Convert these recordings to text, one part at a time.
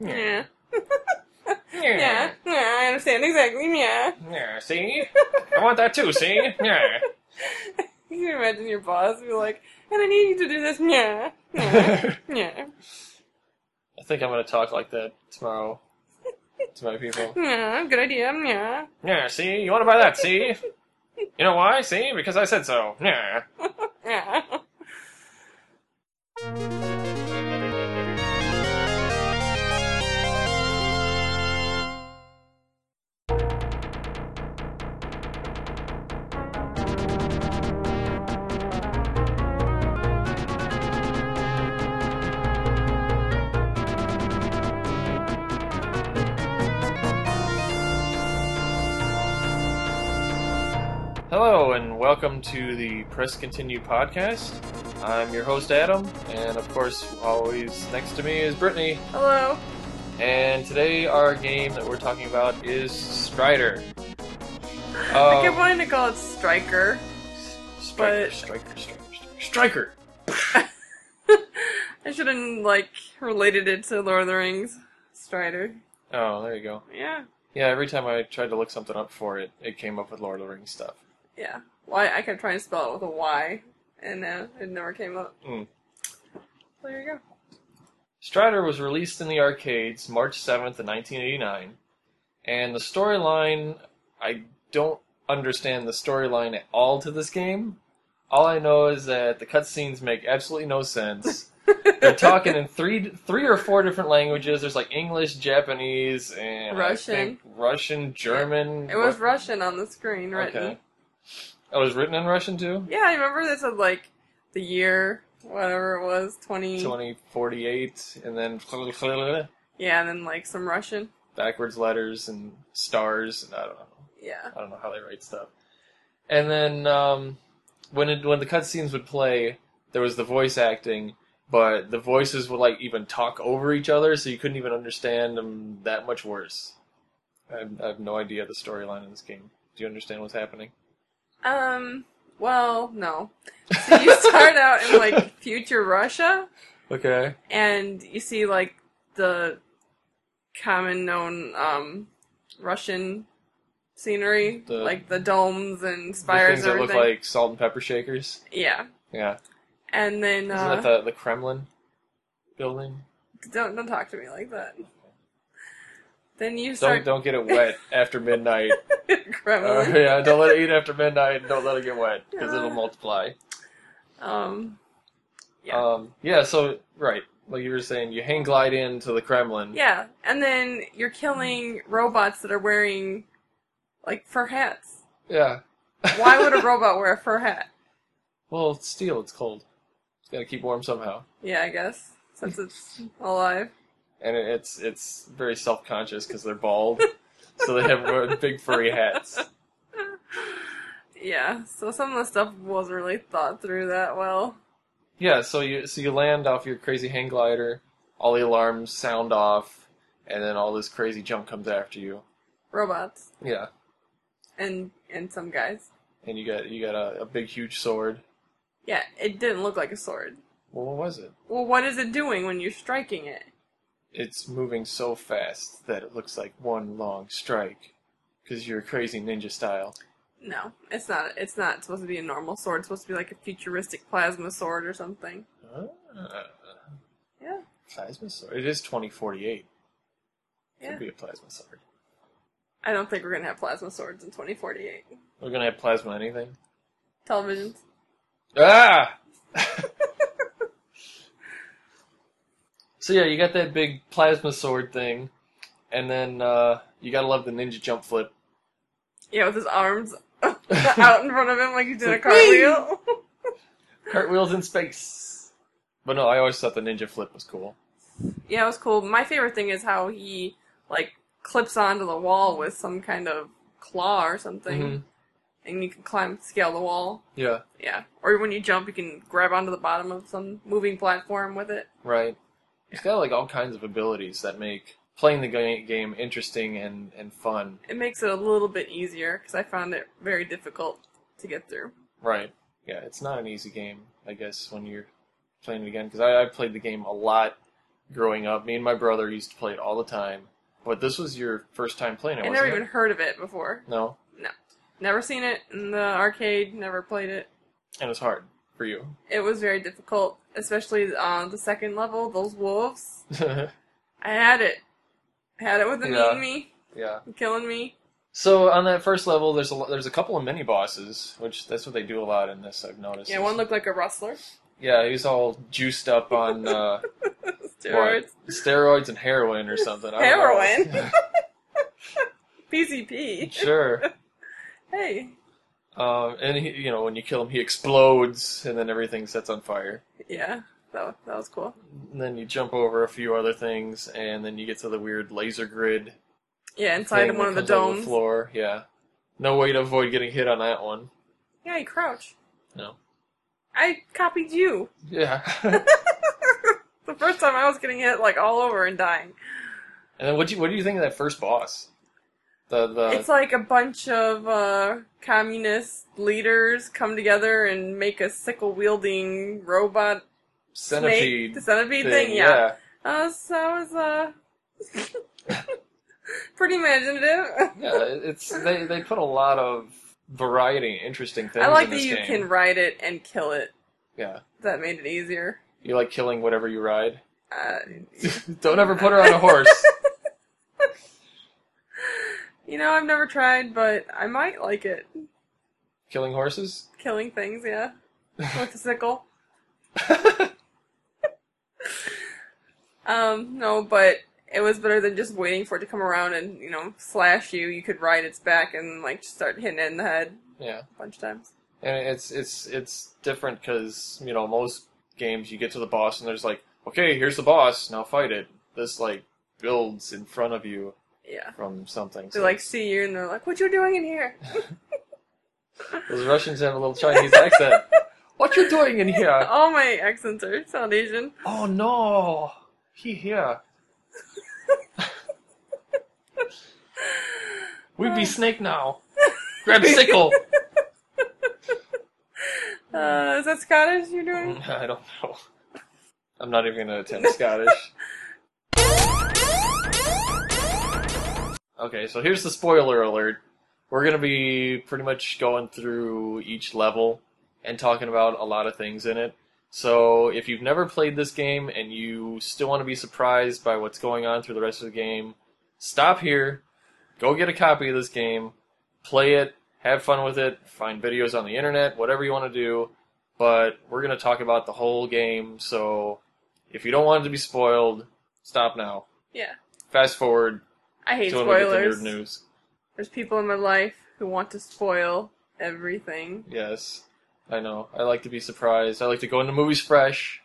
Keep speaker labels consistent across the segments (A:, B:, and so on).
A: Yeah.
B: Yeah.
A: Yeah.
B: yeah, I understand exactly. Yeah,
A: Yeah. See? I want that too, see? Yeah.
B: you can imagine your boss be like, "And I need you to do this." Yeah, yeah, yeah,
A: I think I'm gonna talk like that tomorrow to my people.
B: yeah. Good idea. Yeah.
A: Yeah, see, you wanna buy that, see? You know why? See? Because I said so. Yeah.
B: Yeah.
A: Hello and welcome to the Press Continue podcast. I'm your host Adam, and of course, always next to me is Brittany.
B: Hello.
A: And today, our game that we're talking about is Strider.
B: I kept
A: Um,
B: wanting to call it Striker.
A: Striker,
B: but-
A: Striker, Striker, Striker.
B: I should have like related it to Lord of the Rings. Strider.
A: Oh, there you go.
B: Yeah.
A: Yeah, every time I tried to look something up for it, it came up with Lord of the Rings stuff.
B: Yeah. Why I kept trying to spell it with a Y, and uh, it never came up.
A: Mm.
B: So there you go.
A: Strider was released in the arcades March 7th, of 1989, and the storyline I don't understand the storyline at all to this game. All I know is that the cutscenes make absolutely no sense. They're talking in three three or four different languages. There's like English, Japanese, and I
B: Russian.
A: think Russian, German.
B: It was Russian on the screen written.
A: Okay. Oh, it was written in Russian too?
B: Yeah, I remember that said like the year, whatever it was, 20.
A: 2048, and then
B: Yeah, and then like some Russian.
A: backwards letters and stars, and I don't know.
B: Yeah.
A: I don't know how they write stuff. And then um, when it, when the cutscenes would play, there was the voice acting, but the voices would like even talk over each other, so you couldn't even understand them that much worse. I have, I have no idea the storyline in this game. Do you understand what's happening?
B: Um, well, no. So you start out in like future Russia,
A: Okay.
B: and you see like the common known um, Russian scenery,
A: The-
B: like the domes and
A: The
B: spires
A: things
B: and
A: that look
B: everything.
A: like salt and pepper shakers.
B: yeah.
A: Yeah.
B: And then uh,
A: Isn't that the, the Kremlin building?
B: don't don't talk to me like that. Then you
A: Don't
B: start
A: don't get it wet after midnight. Uh,
B: Kremlin.
A: yeah, don't let it eat after midnight. Don't let it get wet because
B: Uh,
A: it'll multiply.
B: Um, Yeah.
A: Um, yeah, so, right. Like you were saying, you hang glide in to the Kremlin.
B: yeah, and then you're killing robots that are wearing like fur hats.
A: Yeah.
B: Why would a robot wear a fur hat?
A: Well, it's steel, it's cold. It's gotta keep warm somehow.
B: Yeah, I guess since it's alive.
A: And it, it's it's very self conscious because they're bald. so they have uh, big furry hats.
B: Yeah, so some of the stuff wasn't really thought through that well.
A: Yeah, so you so you land off your crazy hang glider, all the alarms sound off, and then all this crazy junk comes after you.
B: Robots
A: Yeah.
B: and and some guys.
A: And you got you got a, a big huge sword.
B: Yeah, it didn't look like a sword.
A: Well, what was it?
B: Well, what is it doing when you're striking it?
A: it's moving so fast that it looks like one long strike. Because you're crazy ninja style.
B: No, it's not. It's not supposed to be a normal sword. It's supposed to be like a futuristic plasma sword or something. Ah. Yeah.
A: Plasma sword. It is 2048. It
B: Yeah.
A: could be a plasma sword.
B: I don't think we're gonna have plasma swords in 2048.
A: We're gonna have plasma anything.
B: Televisions.
A: Ah! so yeah, you got that big plasma sword thing, and then uh, you gotta love the ninja jump flip.
B: Yeah, with his arms out in front of him like he's doing a cartwheel.
A: Cartwheels in space. But no, I always thought the ninja flip was cool.
B: yeah, it was cool. My favorite thing is how he like clips onto the wall with some kind of claw or something,
A: Mhm.
B: and you can climb scale the wall.
A: Yeah,
B: Yeah, or when you jump, you can grab onto the bottom of some moving platform with it.
A: Right. It's got like all kinds of abilities that make playing the ga- game interesting and, and fun.
B: It makes it a little bit easier because I found it very difficult to get through.
A: Right. Yeah, it's not an easy game, I guess, when you're playing it again. Because I, I played the game a lot growing up. Me and my brother used to play it all the time. But this was your first time playing it,
B: I
A: wasn't
B: never
A: it?
B: even heard of it before.
A: No,
B: Never seen it in the arcade. Never played it.
A: and it's hard for you.
B: It was very difficult, especially on the second level. Those wolves. I had it. Had it with them
A: Yeah.
B: eating me,
A: yeah.
B: killing me.
A: So on that first level, there's a lo- there's a couple of mini bosses, which that's what they do a lot in this. I've noticed.
B: Yeah, one looked like a rustler.
A: Yeah, he's all juiced up on uh,
B: Steroids.
A: steroids and heroin or something. I don't know.
B: PCP.
A: sure.
B: Hey.
A: Um, and he, you know, when you kill him, he explodes, and then everything sets on fire.
B: Yeah, that, wa- that was cool.
A: And then you jump over a few other things, and then you get to the weird laser grid
B: Yeah, inside
A: thing
B: one of
A: that
B: the
A: comes out
B: domes.
A: The floor, yeah. No way to avoid getting hit on that one.
B: yeah, you crouch.
A: No.
B: I copied you.
A: Yeah. and
B: The first time I was getting hit like all over and dying.
A: then what do you what do you think of that first boss? The the
B: it's like a bunch of uh, communist leaders come together and make a sickle wielding robot
A: centipede
B: snake. The centipede
A: thing.
B: thing, yeah. Uh, so I was uh, pretty imaginative.
A: yeah. Yeah, it- It's they they put a lot of variety and interesting things.
B: I like
A: in
B: that
A: this
B: you
A: game.
B: can ride it and kill it.
A: Yeah.
B: That made it easier.
A: You like killing whatever you ride.
B: Uh,
A: Don't ever put her on a horse.
B: you know, I've never tried, but I might like it.
A: Killing horses?
B: Killing things, yeah. With a sickle. Um, no, but it was better than just waiting for it to come around and, you know, slash you. You could ride its back and, like, just start hitting it in the head
A: yeah.
B: a bunch of times.
A: And it's it's it's different because you know most games you get to the boss and there's like okay here's the boss now fight it. This like builds in front of you
B: Yeah.
A: from something.
B: They, like, see you and they're like, what you doing in here?
A: those Russians have a little Chinese accent. What you doing in here?
B: All my accents are South Asian.
A: Oh no, he here. we be snake now. Grab sickle.
B: Uh, is that Scottish you're doing?
A: I don't know. I'm not even gonna attempt Scottish. Okay, so here's the spoiler alert. We're gonna be pretty much going through each level and talking about a lot of things in it. So if you've never played this game and you still want to be surprised by what's going on through the rest of the game, stop here, go get a copy of this game, play it, have fun with it, find videos on the internet, whatever you want to do. But we're gonna talk about the whole game, so if you don't want it to be spoiled, stop now.
B: Yeah.
A: Fast forward
B: I hate
A: to when we get to
B: spoilers.
A: nerd news.
B: There's people in my life who want to spoil everything.
A: Yes, I know. I like to be surprised. I like to go into movies fresh.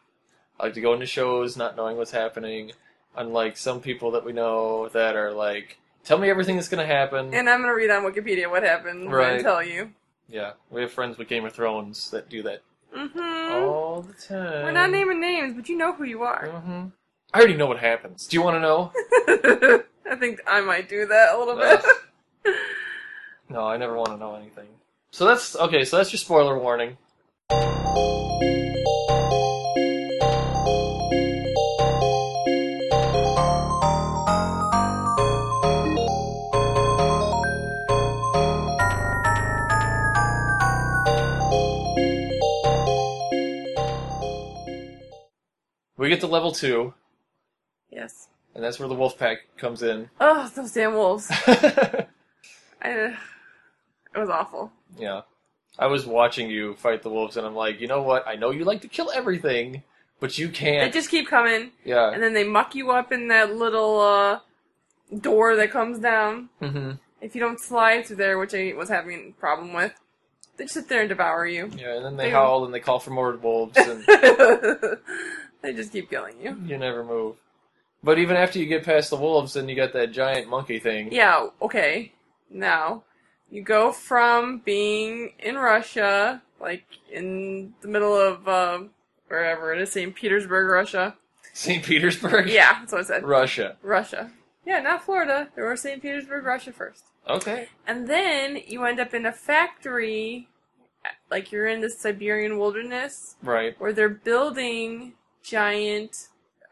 A: I like to go into shows not knowing what's happening. Unlike some people that we know that are like, tell me everything that's going to happen.
B: And I'm gonna read on Wikipedia what happened
A: Mm-hmm. Right.
B: and tell you.
A: yeah, we have friends with Game of Thrones that do that
B: Mm-hmm.
A: all the time.
B: We're not naming names, but you know who you are.
A: hmm I already know what happens. Do you want to know? Mm-hmm.
B: I think I might do that a little bit.
A: Ugh. no, I never want to know anything. So that's okay. So that's your spoiler warning. We get to level two,
B: yes.
A: and that's where the wolf pack comes in.
B: Oh, those damn wolves. I, it was awful.
A: Yeah. I was watching you fight the wolves, and I'm like, you know what? I know you like to kill everything, but you
B: They
A: can't.
B: just keep coming,
A: yeah.
B: and then they muck you up in that little uh, door that comes down.
A: Mm-hmm.
B: If you don't slide through there, which I was having a problem with, they just sit there and devour you.
A: Yeah, and then they
B: They-
A: howl and they call for more wolves, and
B: they just keep killing you.
A: you never move. But even after you get past the wolves, then you got that giant monkey thing.
B: Yeah, okay. Now, you go from being in Russia, like in the middle of uh, wherever it is, St. Petersburg, Russia.
A: St. Petersburg?
B: Yeah, that's what I said.
A: Russia.
B: Russia. Yeah, not Florida. There were St. Petersburg, Russia first.
A: Okay.
B: And then you end up in a factory, like you're in the Siberian wilderness,
A: Right.
B: where they're building giant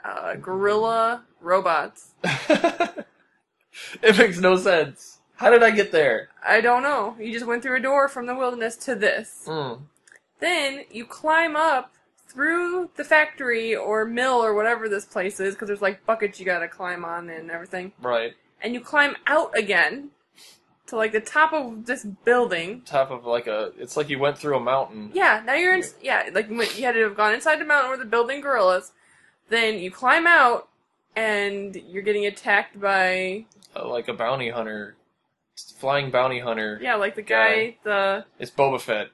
B: uh, gorilla robots.
A: it makes no sense. How did I get there?
B: I don't know. You just went through a door from the wilderness to this.
A: Mm.
B: Then you climb up through the factory or mill or whatever this place is, because there's like buckets you gotta climb on and everything.
A: Right.
B: And you climb out again to like the top of this building.
A: Top of like a. It's like you went through a mountain.
B: Yeah, now you're in. Yeah, like you went- you had to have gone inside the mountain where the building gorillas. Then you climb out and you're getting attacked by
A: Uh, like a bounty hunter. Flying bounty hunter.
B: yeah, like the guy the
A: It's Boba Fett.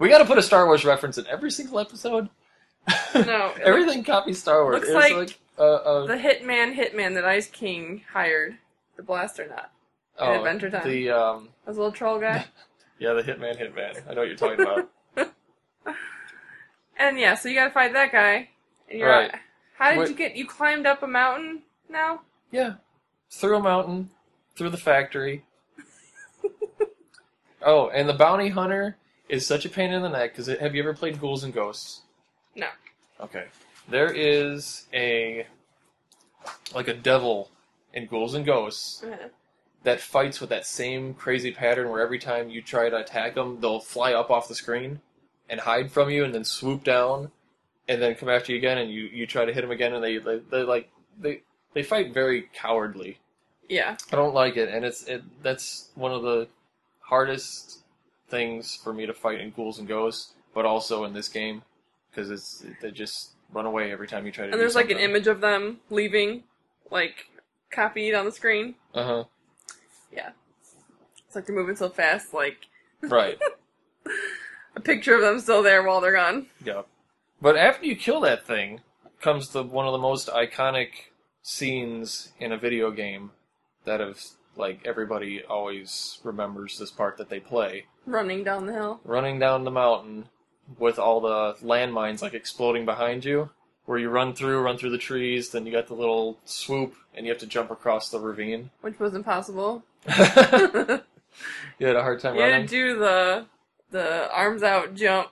A: We gotta put a Star Wars reference in every single episode.
B: no it looks-
A: Everything copies Star Wars.
B: looks
A: It's
B: like
A: uh, uh,
B: the hitman hitman that Ice King hired the blaster nut.
A: oh,
B: Adventure Time.
A: The um,
B: That little troll guy.
A: yeah, the Hitman, Hitman. I know what you're talking about.
B: And yeah, so you gotta fight that guy. And you're
A: Right.
B: out. How did
A: What-
B: you get? You climbed up a mountain now?
A: yeah, through a mountain, through the factory. oh, and the bounty hunter is such a pain in the neck because have you ever played Ghouls and Ghosts?
B: No.
A: Okay. There is a like a devil in Ghouls and Ghosts that fights with that same crazy pattern where every time you try to attack them, they'll fly up off the screen and hide from you and then swoop down and then come after you again and you, you try to hit them again and they, they, they like they they fight very cowardly.
B: Yeah.
A: I don't like it and it's it that's one of the hardest things for me to fight in Ghouls and Ghosts, but also in this game because it's they just run away every time you try to do
B: And there's like an
A: something.
B: image of them leaving, like copied on the screen.
A: uh-huh
B: It's like they're moving so fast, like
A: right
B: a picture of them still there while they're gone.
A: Yeah. But after you kill that thing, comes the one of the most iconic scenes in a video game that have like everybody always remembers this part that they play.
B: Running down the hill.
A: Running down the mountain with all the landmines like exploding behind you, where you run through, run through the trees, then you got the little swoop and you have to jump across the ravine.
B: Which was impossible.
A: you
B: you
A: had a hard time
B: had to
A: running.
B: do the the arms out jump,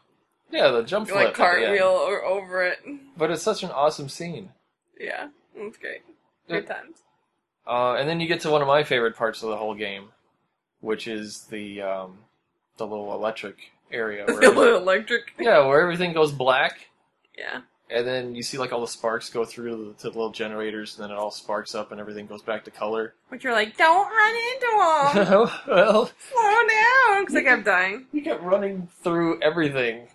A: Yeah, the jump flip.
B: like cartwheel
A: yeah.
B: or over it.
A: But it's such an awesome scene.
B: Yeah. That's great. Good times.
A: Uh, and then you get to one of my favorite parts of the whole game, which is the um, the little electric area. Where
B: The little electric.
A: yeah, where everything goes black,
B: Yeah.
A: and then you see like all the sparks go through to the little generators, and then it all sparks up, and everything goes back to color.
B: But you're like, don't run into them.
A: well,
B: Slow down, because I kept dying.
A: you kept running through everything.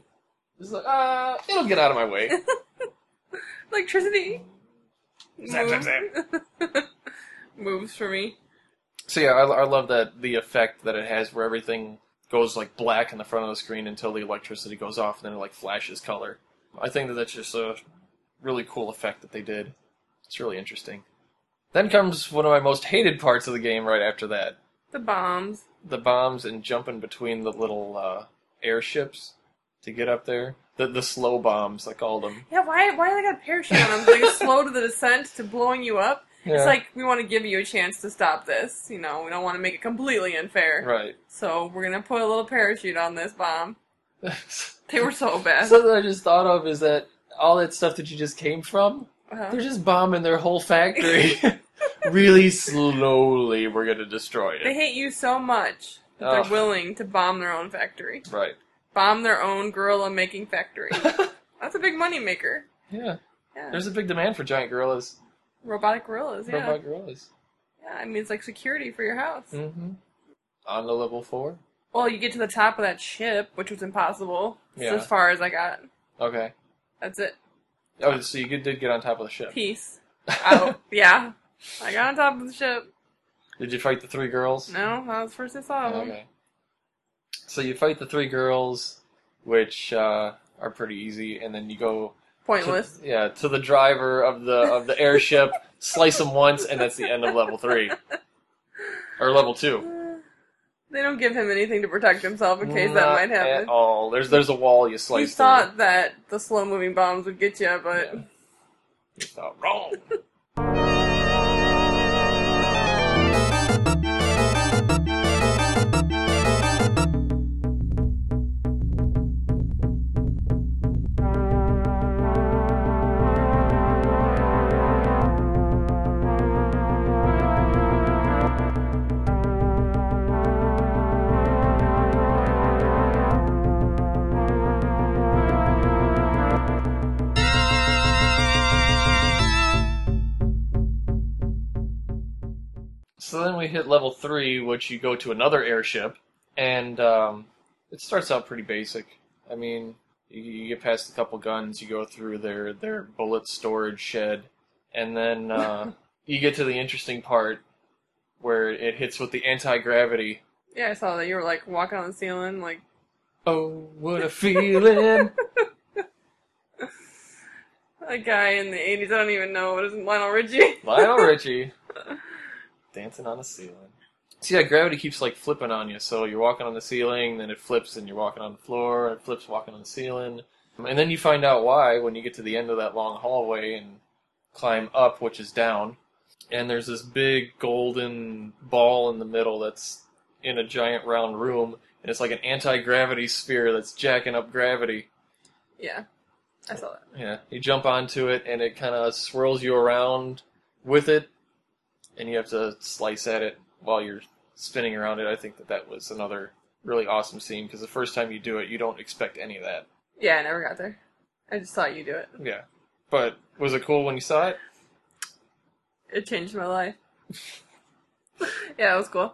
A: It's like, uh, it'll get out of my way.
B: Electricity.
A: Zap, zap,
B: Moves. Moves for me.
A: So yeah, I, I love that the effect that it has, where everything goes like black in the front of the screen until the electricity goes off, and then it like flashes color. I think that that's just a really cool effect that they did. It's really interesting. Then comes one of my most hated parts of the game. Right after that,
B: The bombs.
A: the bombs and jumping between the little uh, airships to get up there. The the slow bombs, I call them.
B: Yeah, why why they got a parachute on them? Like it's slow to the descent to blowing you up.
A: Yeah.
B: It's like we want to give you a chance to stop this. You know, we don't want to make it completely unfair.
A: right.
B: So we're gonna put a little parachute on this bomb. They were so bad.
A: Something I just thought of is that all that stuff that you just came from.
B: Uh-huh.
A: They're just bombing their whole factory. really slowly, we're gonna destroy
B: They
A: it.
B: hate you so much that they're
A: Ugh.
B: willing to bomb their own factory.
A: Right.
B: Bomb their own gorilla making factory. That's a big moneymaker.
A: Yeah.
B: Yeah.
A: There's a big demand for giant gorillas,
B: Robotic gorillas, yeah.
A: robot gorillas.
B: Yeah, I mean, it's like security for your house.
A: Mm-hmm. On the level four.
B: Well, you get to the top of that ship, which was impossible. It's
A: Yeah.
B: as far as I got.
A: Okay.
B: That's it.
A: Oh, so you did get on top of the ship.
B: Peace. Oh, yeah. I got on top of the ship.
A: did you fight the three girls?
B: No, that was first I saw them.
A: Okay. So you fight the three girls, which uh, are pretty easy, and then you go. to-
B: Pointless.
A: yeah, to the driver of the of the airship, slice them once, and that's the end of level three, or level two.
B: Uh, They don't give him anything to protect himself in case that
A: Not
B: might
A: At
B: happen.
A: all. There's there's a wall you
B: You
A: slice. through.
B: thought that the slow moving bombs would get you, but
A: Yeah. You thought wrong. So then we hit level three, which you go to another airship, and um, it starts out pretty basic. I mean, you, you get past a couple guns, you go through their their bullet storage shed, and then uh, you get to the interesting part where it hits with the anti gravity.
B: Yeah, I saw that you were like walking on the ceiling, like
A: Oh, what a feeling!
B: a guy in the '80s. I don't even know what is Lionel Richie.
A: Lionel Richie dancing on the ceiling. See, yeah, gravity keeps like flipping on you. So you're walking on the ceiling, then it flips, and you're walking on the floor, and it flips, walking on the ceiling, and then you find out why when you get to the end of that long hallway and climb up, which is down. And there's this big golden ball in the middle that's in a giant round room, and it's like an anti gravity sphere that's jacking up gravity.
B: Yeah, I saw that.
A: Yeah, you jump onto it and it kind of swirls you around with it, and you have to slice at it while you're spinning around it. I think that that was another really awesome scene because the first time you do it, you don't expect any of that.
B: Yeah, I never got there. I just saw you do it.
A: Yeah, but was it cool when you saw it?
B: It changed my life. yeah, it was cool.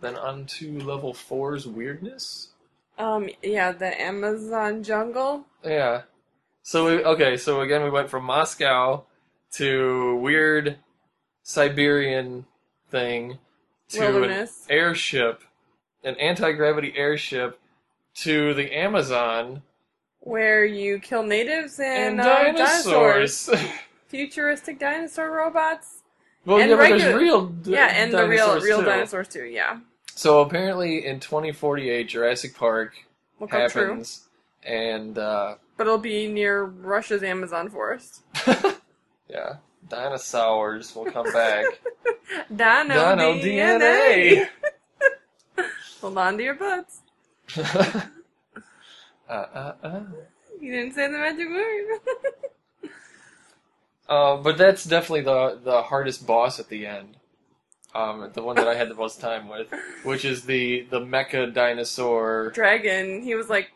A: Then onto level four's weirdness.
B: Um, yeah, the Amazon jungle.
A: Yeah. So we okay. So again, we went from Moscow to weird Siberian thing to
B: Wilderness.
A: an airship, an anti gravity airship, to the Amazon
B: where you kill natives and,
A: and,
B: uh,
A: dinosaurs.
B: futuristic dinosaur robots.
A: well,
B: And
A: yeah, but there's
B: regular-
A: real d-
B: yeah, and the real
A: dinosaurs,
B: real
A: too.
B: dinosaurs too. Yeah,
A: So apparently, in 2048, Jurassic Park
B: will come Oh, true.
A: happens, and uh,
B: But it'll be near Russia's Amazon forest.
A: yeah, dinosaurs will come back.
B: Dino,
A: Dino
B: DNA. Hold on to your butts.
A: uh, uh, uh.
B: You didn't say the magic word.
A: Uh, but that's definitely the the hardest boss at the end. Um, the one that I had the most time with, which is the the mecha dinosaur.
B: dragon. He was like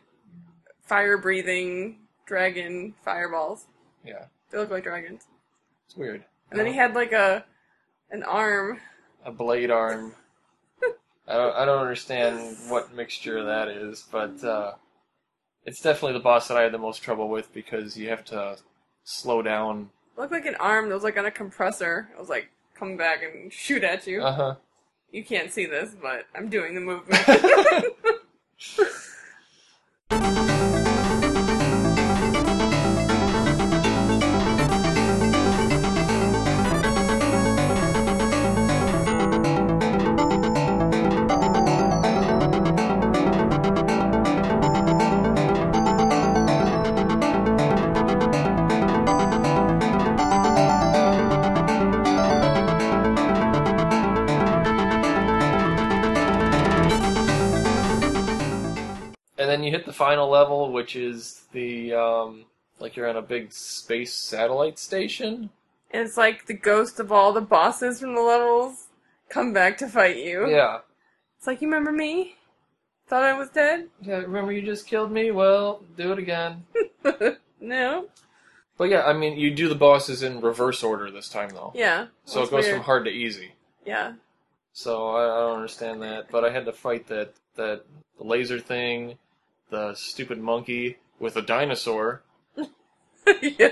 B: fire breathing dragon fireballs.
A: Yeah,
B: They look like dragons.
A: it's weird.
B: And then he had like a an arm.
A: a blade arm. I don't I don't understand what mixture that is, but uh, it's definitely the boss that I had the most trouble with because you have to slow down.
B: Looked like an arm that was like on a compressor. It was like come back and shoot at you.
A: Uh huh.
B: You can't see this, but I'm doing the movement.
A: And then you hit the final level, which is the um, like you're on a big space satellite station.
B: and it's like the ghost of all the bosses from the levels come back to fight you.
A: Yeah.
B: It's like you remember me? Thought I was dead?
A: Yeah, remember you just killed me? Well, do it again.
B: No.
A: But yeah, I mean, you do the bosses in reverse order this time, though.
B: Yeah.
A: so it
B: That's
A: goes
B: weird.
A: from hard to easy.
B: Yeah.
A: So I, I don't understand that. But I had to fight that that laser thing, the stupid monkey with a dinosaur
B: yeah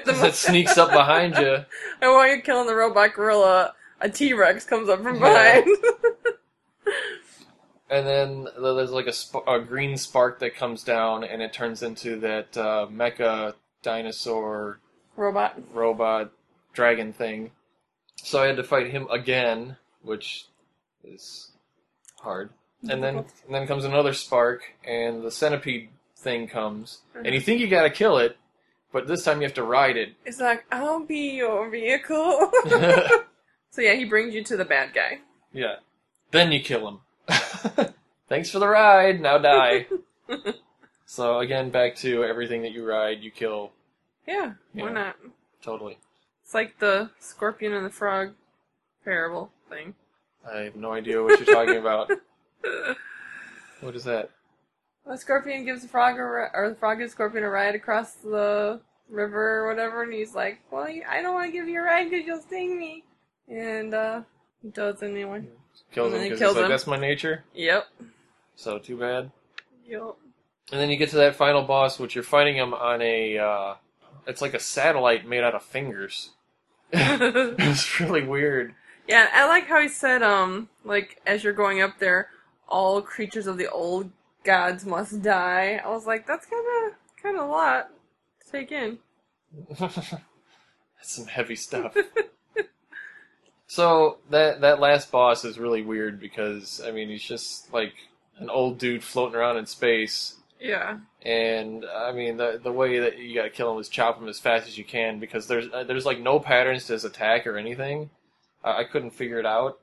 B: the
A: that sneaks up behind you.
B: And while you're killing the robot gorilla, a T Rex comes up from behind.
A: and then there's like a, sp- a green spark that comes down, and it turns into that uh, mecha dinosaur
B: Robot.
A: robot dragon thing. So I had to fight him again, which is hard. And then
B: Difficult.
A: and then comes another spark, and the centipede thing comes, and you
B: Mhm.
A: think you gotta kill it, but this time you have to ride it.
B: It's like, I'll be your vehicle. so yeah, he brings you to the bad guy.
A: yeah, then you kill him. Thanks for the ride. Now die. so again, back to everything that you ride, you kill
B: Yeah,
A: Yeah.
B: why not?
A: totally.
B: It's like the scorpion and the frog parable thing.
A: I have no idea what you're talking about. What is that?
B: The scorpion gives the frog a ri- or the frog gives scorpion a ride across the river or whatever, and he's like, "Well, you- I don't want to give you a ride because you'll sting me." And uh, he does anyway.
A: Kills
B: And
A: him
B: then he
A: because
B: kills
A: like
B: him.
A: that's my nature.
B: Yep.
A: So too bad.
B: Yep.
A: And then you get to that final boss, which you're fighting him on a. Uh, it's like a satellite made out of fingers. it's really weird.
B: yeah, I like how he said, um, like as you're going up there, all creatures of the old gods must die. I was like, that's kind of kind of a lot to take in.
A: That's some heavy stuff. so that that last boss is really weird because I mean he's just like an old dude floating around in space,
B: Yeah.
A: and I mean the the way that you gotta kill him is chop him as fast as you can because there's uh, there's like no patterns to his attack or anything. I, I couldn't figure it out.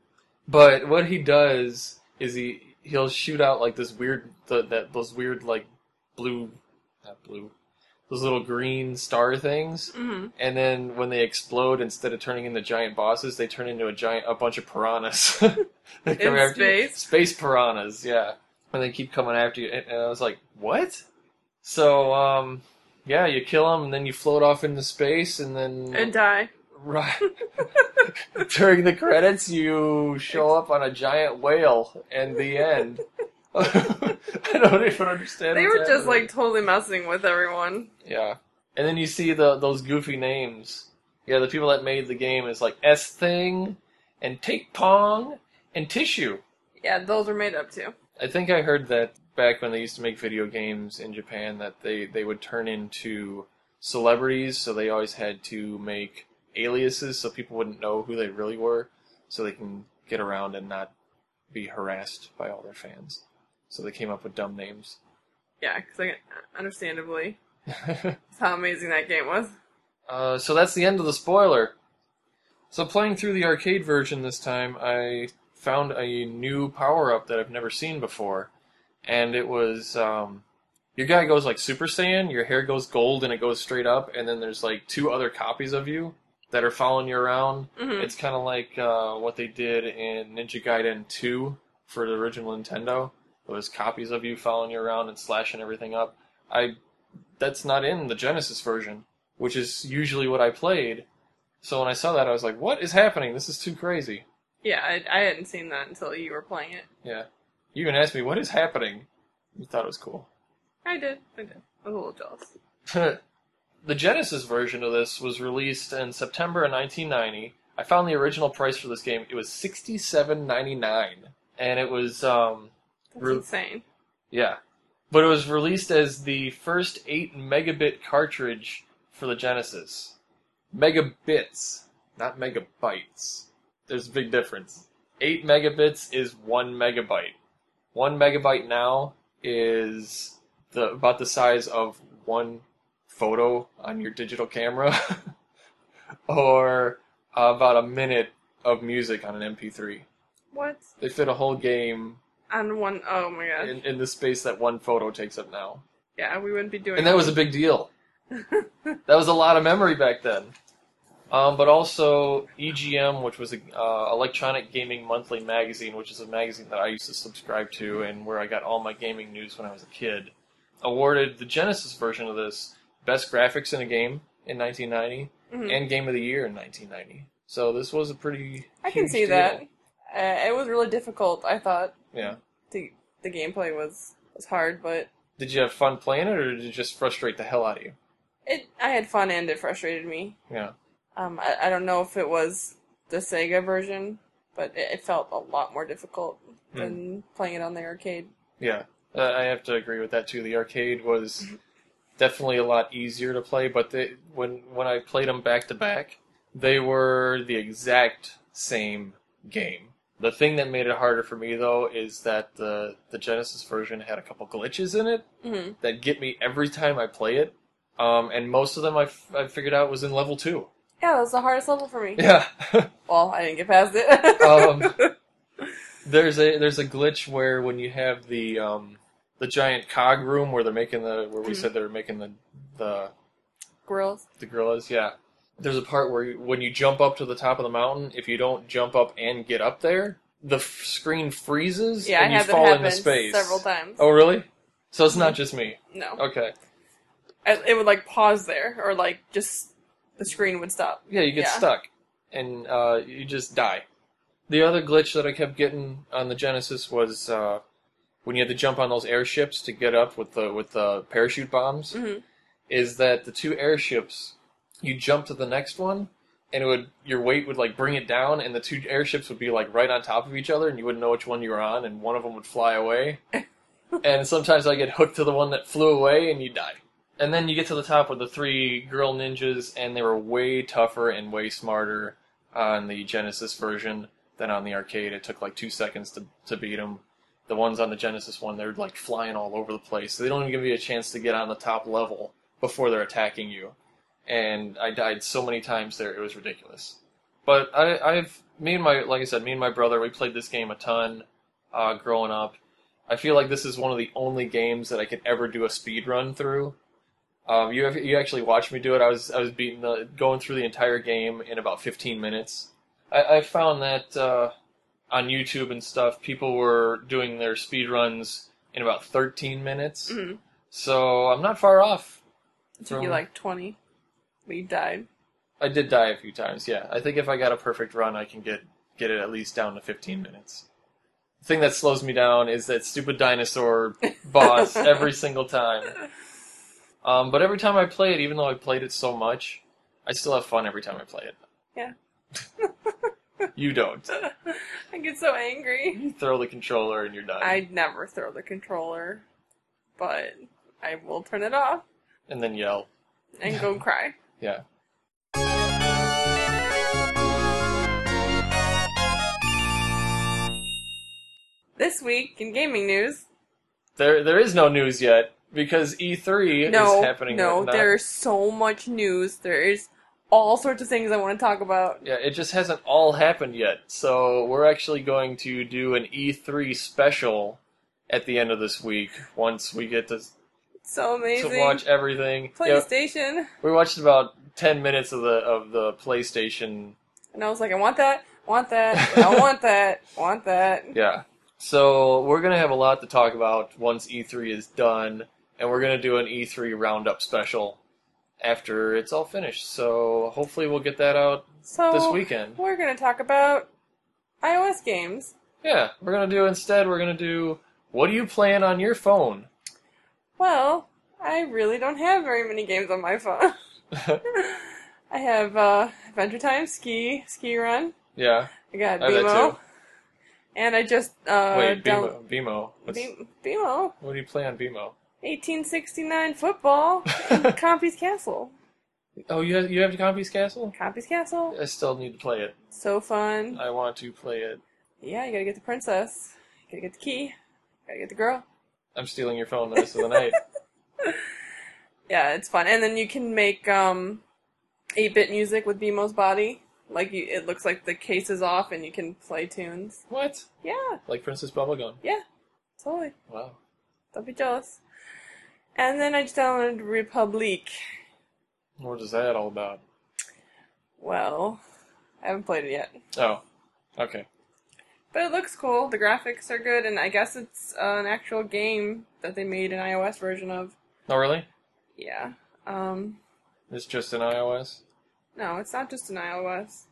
A: But what he does is he he'll shoot out like this weird the, that those weird like blue not blue those little green star things
B: hmm
A: and then when they explode, instead of turning into giant bosses, they turn into a giant, a bunch of piranhas. They come
B: In
A: after you.
B: space?
A: space piranhas, yeah. And they keep coming after you, and, and I was like, what? So, um, yeah, you kill them, and then you float off into space, and then
B: And die.
A: right during the credits, you show up on a giant whale, and the end. I don't even understand.
B: They
A: what's
B: were just
A: happening.
B: like totally messing with everyone.
A: Yeah. And then you see the those goofy names. Yeah, the people that made the game is like S Thing and Take Pong and Tissue.
B: Yeah, those were made up too.
A: I think I heard that back when they used to make video games in Japan that they, they would turn into celebrities, so they always had to make aliases so people wouldn't know who they really were, so they can get around and not be harassed by all their fans. So they came up with dumb names.
B: Yeah, because I understandably that's how amazing that game was.
A: Uh, so that's the end of the spoiler. So playing through the arcade version this time, I found a new power up that I've never seen before, and it was um, your guy goes like Super Saiyan, your hair goes gold and it goes straight up, and then there's like two other copies of you that are following you around.
B: hmm
A: It's kind of like uh, what they did in Ninja Gaiden 2 for the original Nintendo. It was copies of you following you around and slashing everything up. I that's not in the Genesis version, which is usually what I played. So when I saw that, I was like, "What is happening? This is too crazy."
B: Yeah, I, I hadn't seen that until you were playing it.
A: Yeah, you even asked me, "What is happening?" You thought it was cool.
B: I did. I did. I was a little jealous.
A: the Genesis version of this was released in September of 1990. I found the original price for this game. It was 67.99, and it was um,
B: That's
A: Really?
B: insane.
A: Yeah. But it was released as the first 8 megabit cartridge for the Genesis. Megabits, not megabytes. There's a big difference. 8 megabits is 1 megabyte. 1 megabyte now is the, about the size of one photo on your digital camera, or about a minute of music on an MP3.
B: What?
A: They fit a whole game
B: On one oh my god.
A: in, in the space that one photo takes up now.
B: yeah, we wouldn't be doing Mm-hmm.
A: And that was a big deal. that was a lot of memory back then. Um, but also EGM, which was a uh, Electronic Gaming Monthly magazine, which is a magazine that I used to subscribe to and where I got all my gaming news when I was a kid, awarded the Genesis version of this best graphics in a game in 1990
B: Mhm.
A: and game of the year in 1990. So this was a pretty.
B: I can
A: huge
B: see
A: deal.
B: that. Uh, it was really difficult, I thought.
A: Yeah.
B: The the gameplay was, was hard, but
A: Did you have fun playing it, or did it just frustrate the hell out of you?
B: it I had fun and it frustrated me.
A: Yeah.
B: Um I, I don't know if it was the Sega version but it, it felt a lot more difficult
A: Hmm.
B: than playing it on the arcade.
A: Yeah, Mm-hmm. uh, I have to agree with that too. The arcade was definitely a lot easier to play, but they, when when I played them back to back, they were the exact same game. The thing that made it harder for me though is that the the Genesis version had a couple glitches in it
B: Mm-hmm.
A: that get me every time I play it, um, and most of them I, f- I figured out was in level two.
B: Yeah, that was the hardest level for me.
A: Yeah.
B: Well, I didn't get past it.
A: um, there's a there's a glitch where when you have the um, the giant cog room where they're making the where we
B: Mhm.
A: said they were making the the
B: Grills.
A: the gorillas yeah there's a part where you, when you jump up to the top of the mountain if you don't jump up and get up there the f- screen freezes
B: Yeah, I
A: and you
B: had that
A: fall into
B: happen
A: space
B: several Hmm. times.
A: oh really so it's not just me
B: No,
A: okay
B: I, it would like pause there, or like just the screen would stop.
A: Yeah, you get
B: Yeah.
A: stuck, and uh, you just die. The other glitch that I kept getting on the Genesis was uh, when you had to jump on those airships to get up with the with the parachute bombs.
B: hmm
A: Is that the two airships? You jump to the next one, and it would your weight would like bring it down, and the two airships would be like right on top of each other, and you wouldn't know which one you were on, and one of them would fly away. and sometimes I get hooked to the one that flew away, and you die. And then you get to the top with the three girl ninjas, and they were way tougher and way smarter on the Genesis version than on the arcade. It took like two seconds to, to beat them. The ones on the Genesis one, they're like flying all over the place. They don't even give you a chance to get on the top level before they're attacking you. And I died so many times there, it was ridiculous. But I, I've, me and my, like I said, me and my brother, we played this game a ton uh, growing up. I feel like this is one of the only games that I could ever do a speed run through. Um, you have, you actually watched me do it. I was I was beating the going through the entire game in about 15 minutes. I, I found that uh, on YouTube and stuff, people were doing their speed runs in about 13 minutes.
B: hmm
A: So I'm not far off.
B: It took you
A: From-
B: like twenty. We died.
A: I did die a few times. Yeah, I think if I got a perfect run, I can get get it at least down to 15 minutes. The thing that slows me down is that stupid dinosaur boss every single time. Um, but every time I play it, even though I played it so much, I still have fun every time I play it. Yeah. you don't.
B: I get so angry.
A: You throw the controller and you're done.
B: I never throw the controller, but I will turn it off
A: And then yell.
B: and go cry.
A: Yeah.
B: This week in gaming news,
A: There, there is no news yet because E3
B: no,
A: is happening.
B: no,
A: not-
B: there's so much news. There is all sorts of things I want to talk about.
A: Yeah, it just hasn't all happened yet. So we're actually going to do an E3 special at the end of this week once we get to,
B: It's so
A: to
B: amazing.
A: watch everything. Yeah,
B: PlayStation,
A: we watched about ten minutes of the of the PlayStation.
B: and I was like, I want that, want that, I want that, want that.
A: Yeah. So we're gonna have a lot to talk about once E3 is done, and we're gonna do an E3 roundup special after it's all finished. So hopefully we'll get that out
B: So
A: this weekend.
B: we're gonna talk about iOS games.
A: Yeah, we're gonna do instead. We're gonna do what are you playing on your phone?
B: Well, I really don't have very many games on my phone. I have uh, Adventure Time, Ski, Ski Run.
A: yeah.
B: I got
A: I have Oh, that
B: BMO,
A: too.
B: and I just uh,
A: Wait,
B: down-
A: BMO. BMO. What's,
B: Be- BMO,
A: what do you play on BMO?
B: 1869 football, and Compy's Castle.
A: oh, you have, you have Compy's Castle?
B: Compy's Castle,
A: I still need to play it.
B: so fun.
A: I want to play it.
B: Yeah, you gotta get the princess. You gotta get the key. Gotta get the girl.
A: I'm stealing your phone the rest of the night.
B: Yeah, it's fun. And then you can make um, 8-bit music with BMO's body. Like you, it looks like the case is off, and you can play tunes.
A: What?
B: Yeah,
A: Like Princess Bubblegum.
B: totally.
A: Wow.
B: Don't be jealous. And then I just downloaded Republique.
A: What is that all about?
B: Well, I haven't played it yet.
A: Oh. Okay.
B: But it looks cool. The graphics are good, and I guess it's uh, an actual game that they made an iOS version of.
A: No, Oh, really?
B: Yeah. Um,
A: It's just an iOS?
B: no, it's not just an iOS.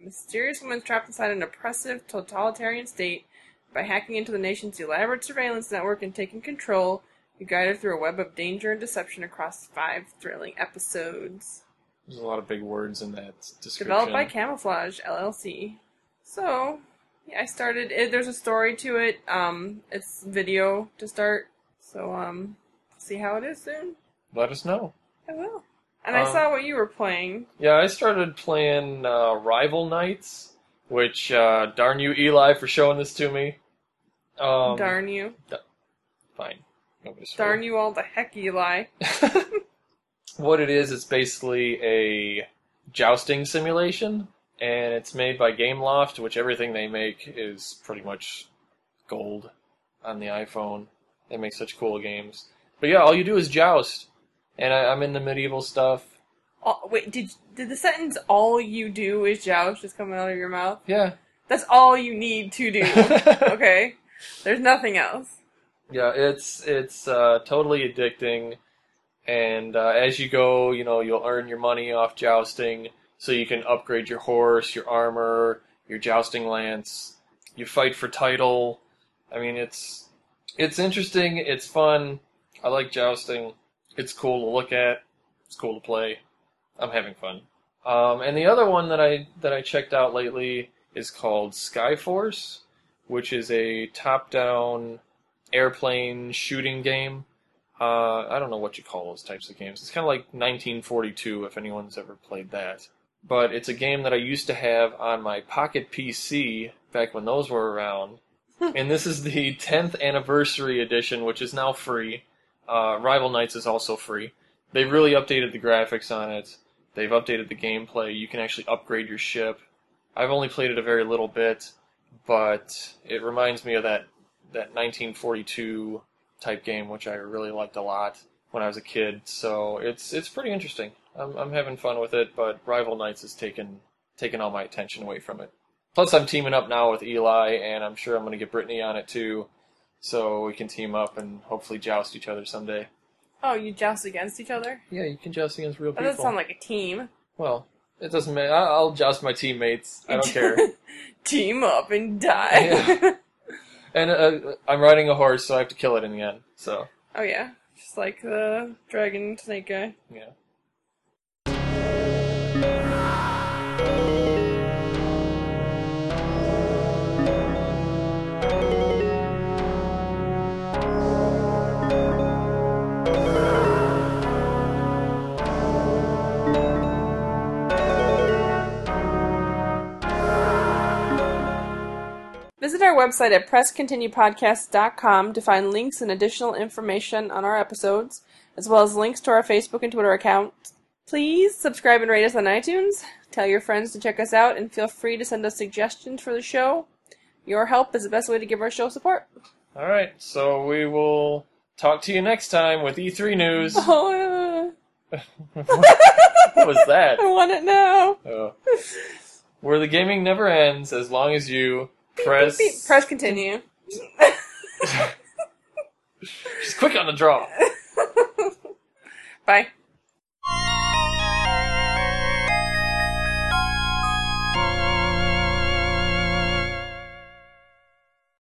B: Mysterious woman trapped inside an oppressive totalitarian state by hacking into the nation's elaborate surveillance network and taking control. You guide her through a web of danger and deception across five thrilling episodes.
A: There's a lot of big words in that description.
B: Developed by Camouflage LLC. So Yeah, I started it. There's a story to it. Um, it's video to start, so um, see how it is soon.
A: Let us know.
B: I will. And I
A: Um,
B: saw what you were playing.
A: Yeah, I started playing uh, Rival Knights, which uh, darn you, Eli, for showing this to me. Um,
B: darn you!
A: Fine. Nobody's
B: Darn you all the heck, Eli!
A: what it is, it's basically a jousting simulation, and it's made by Gameloft, which everything they make is pretty much gold on the iPhone. They make such cool games. But yeah, all you do is joust, and I, I'm in the medieval stuff.
B: All, wait, did did the sentence "all you do is joust" just coming out of your mouth?
A: Yeah.
B: That's all you need to do. okay, there's nothing else.
A: Yeah, it's it's uh, totally addicting, and uh, as you go, you know you'll earn your money off jousting, so you can upgrade your horse, your armor, your jousting lance. You fight for title. I mean, it's it's interesting. It's fun. I like jousting. It's cool to look at. It's cool to play. I'm having fun. Um, and the other one that I that I checked out lately is called Skyforce, which is a top-down airplane shooting game. Uh, I don't know what you call those types of games. It's kind of like 1942, if anyone's ever played that. But it's a game that I used to have on my Pocket PC back when those were around. and this is the 10th anniversary edition, which is now free. Uh, Rival Knights is also free. They've really updated the graphics on it. They've updated the gameplay. You can actually upgrade your ship. I've only played it a very little bit, but it reminds me of that that 1942 type game, which I really liked a lot when I was a kid. So it's it's pretty interesting. I'm I'm having fun with it, but Rival Knights has taken taken all my attention away from it. Plus, I'm teaming up now with Eli, and I'm sure I'm going to get Brittany on it too, so we can team up and hopefully joust each other someday.
B: Oh, you joust against each other?
A: Yeah, you can joust against real
B: That
A: people.
B: doesn't sound like a team.
A: well, it doesn't matter. I'll joust my teammates. I don't care.
B: team up and die.
A: Yeah. And uh, I'm riding a horse, so I have to kill it in the end. So.
B: oh yeah, just like the dragon snake guy.
A: Yeah.
B: Visit our website at presscontinuepodcast.com to find links and additional information on our episodes, as well as links to our Facebook and Twitter accounts. Please subscribe and rate us on iTunes. Tell your friends to check us out, and feel free to send us suggestions for the show. Your help is the best way to give our show support.
A: All right, so we will talk to you next time with E3 news. what
B: Oh,
A: was that?
B: I want it now.
A: Oh. Where the gaming never ends as long as you press.
B: Beep, press continue.
A: She's quick on the draw.
B: Bye.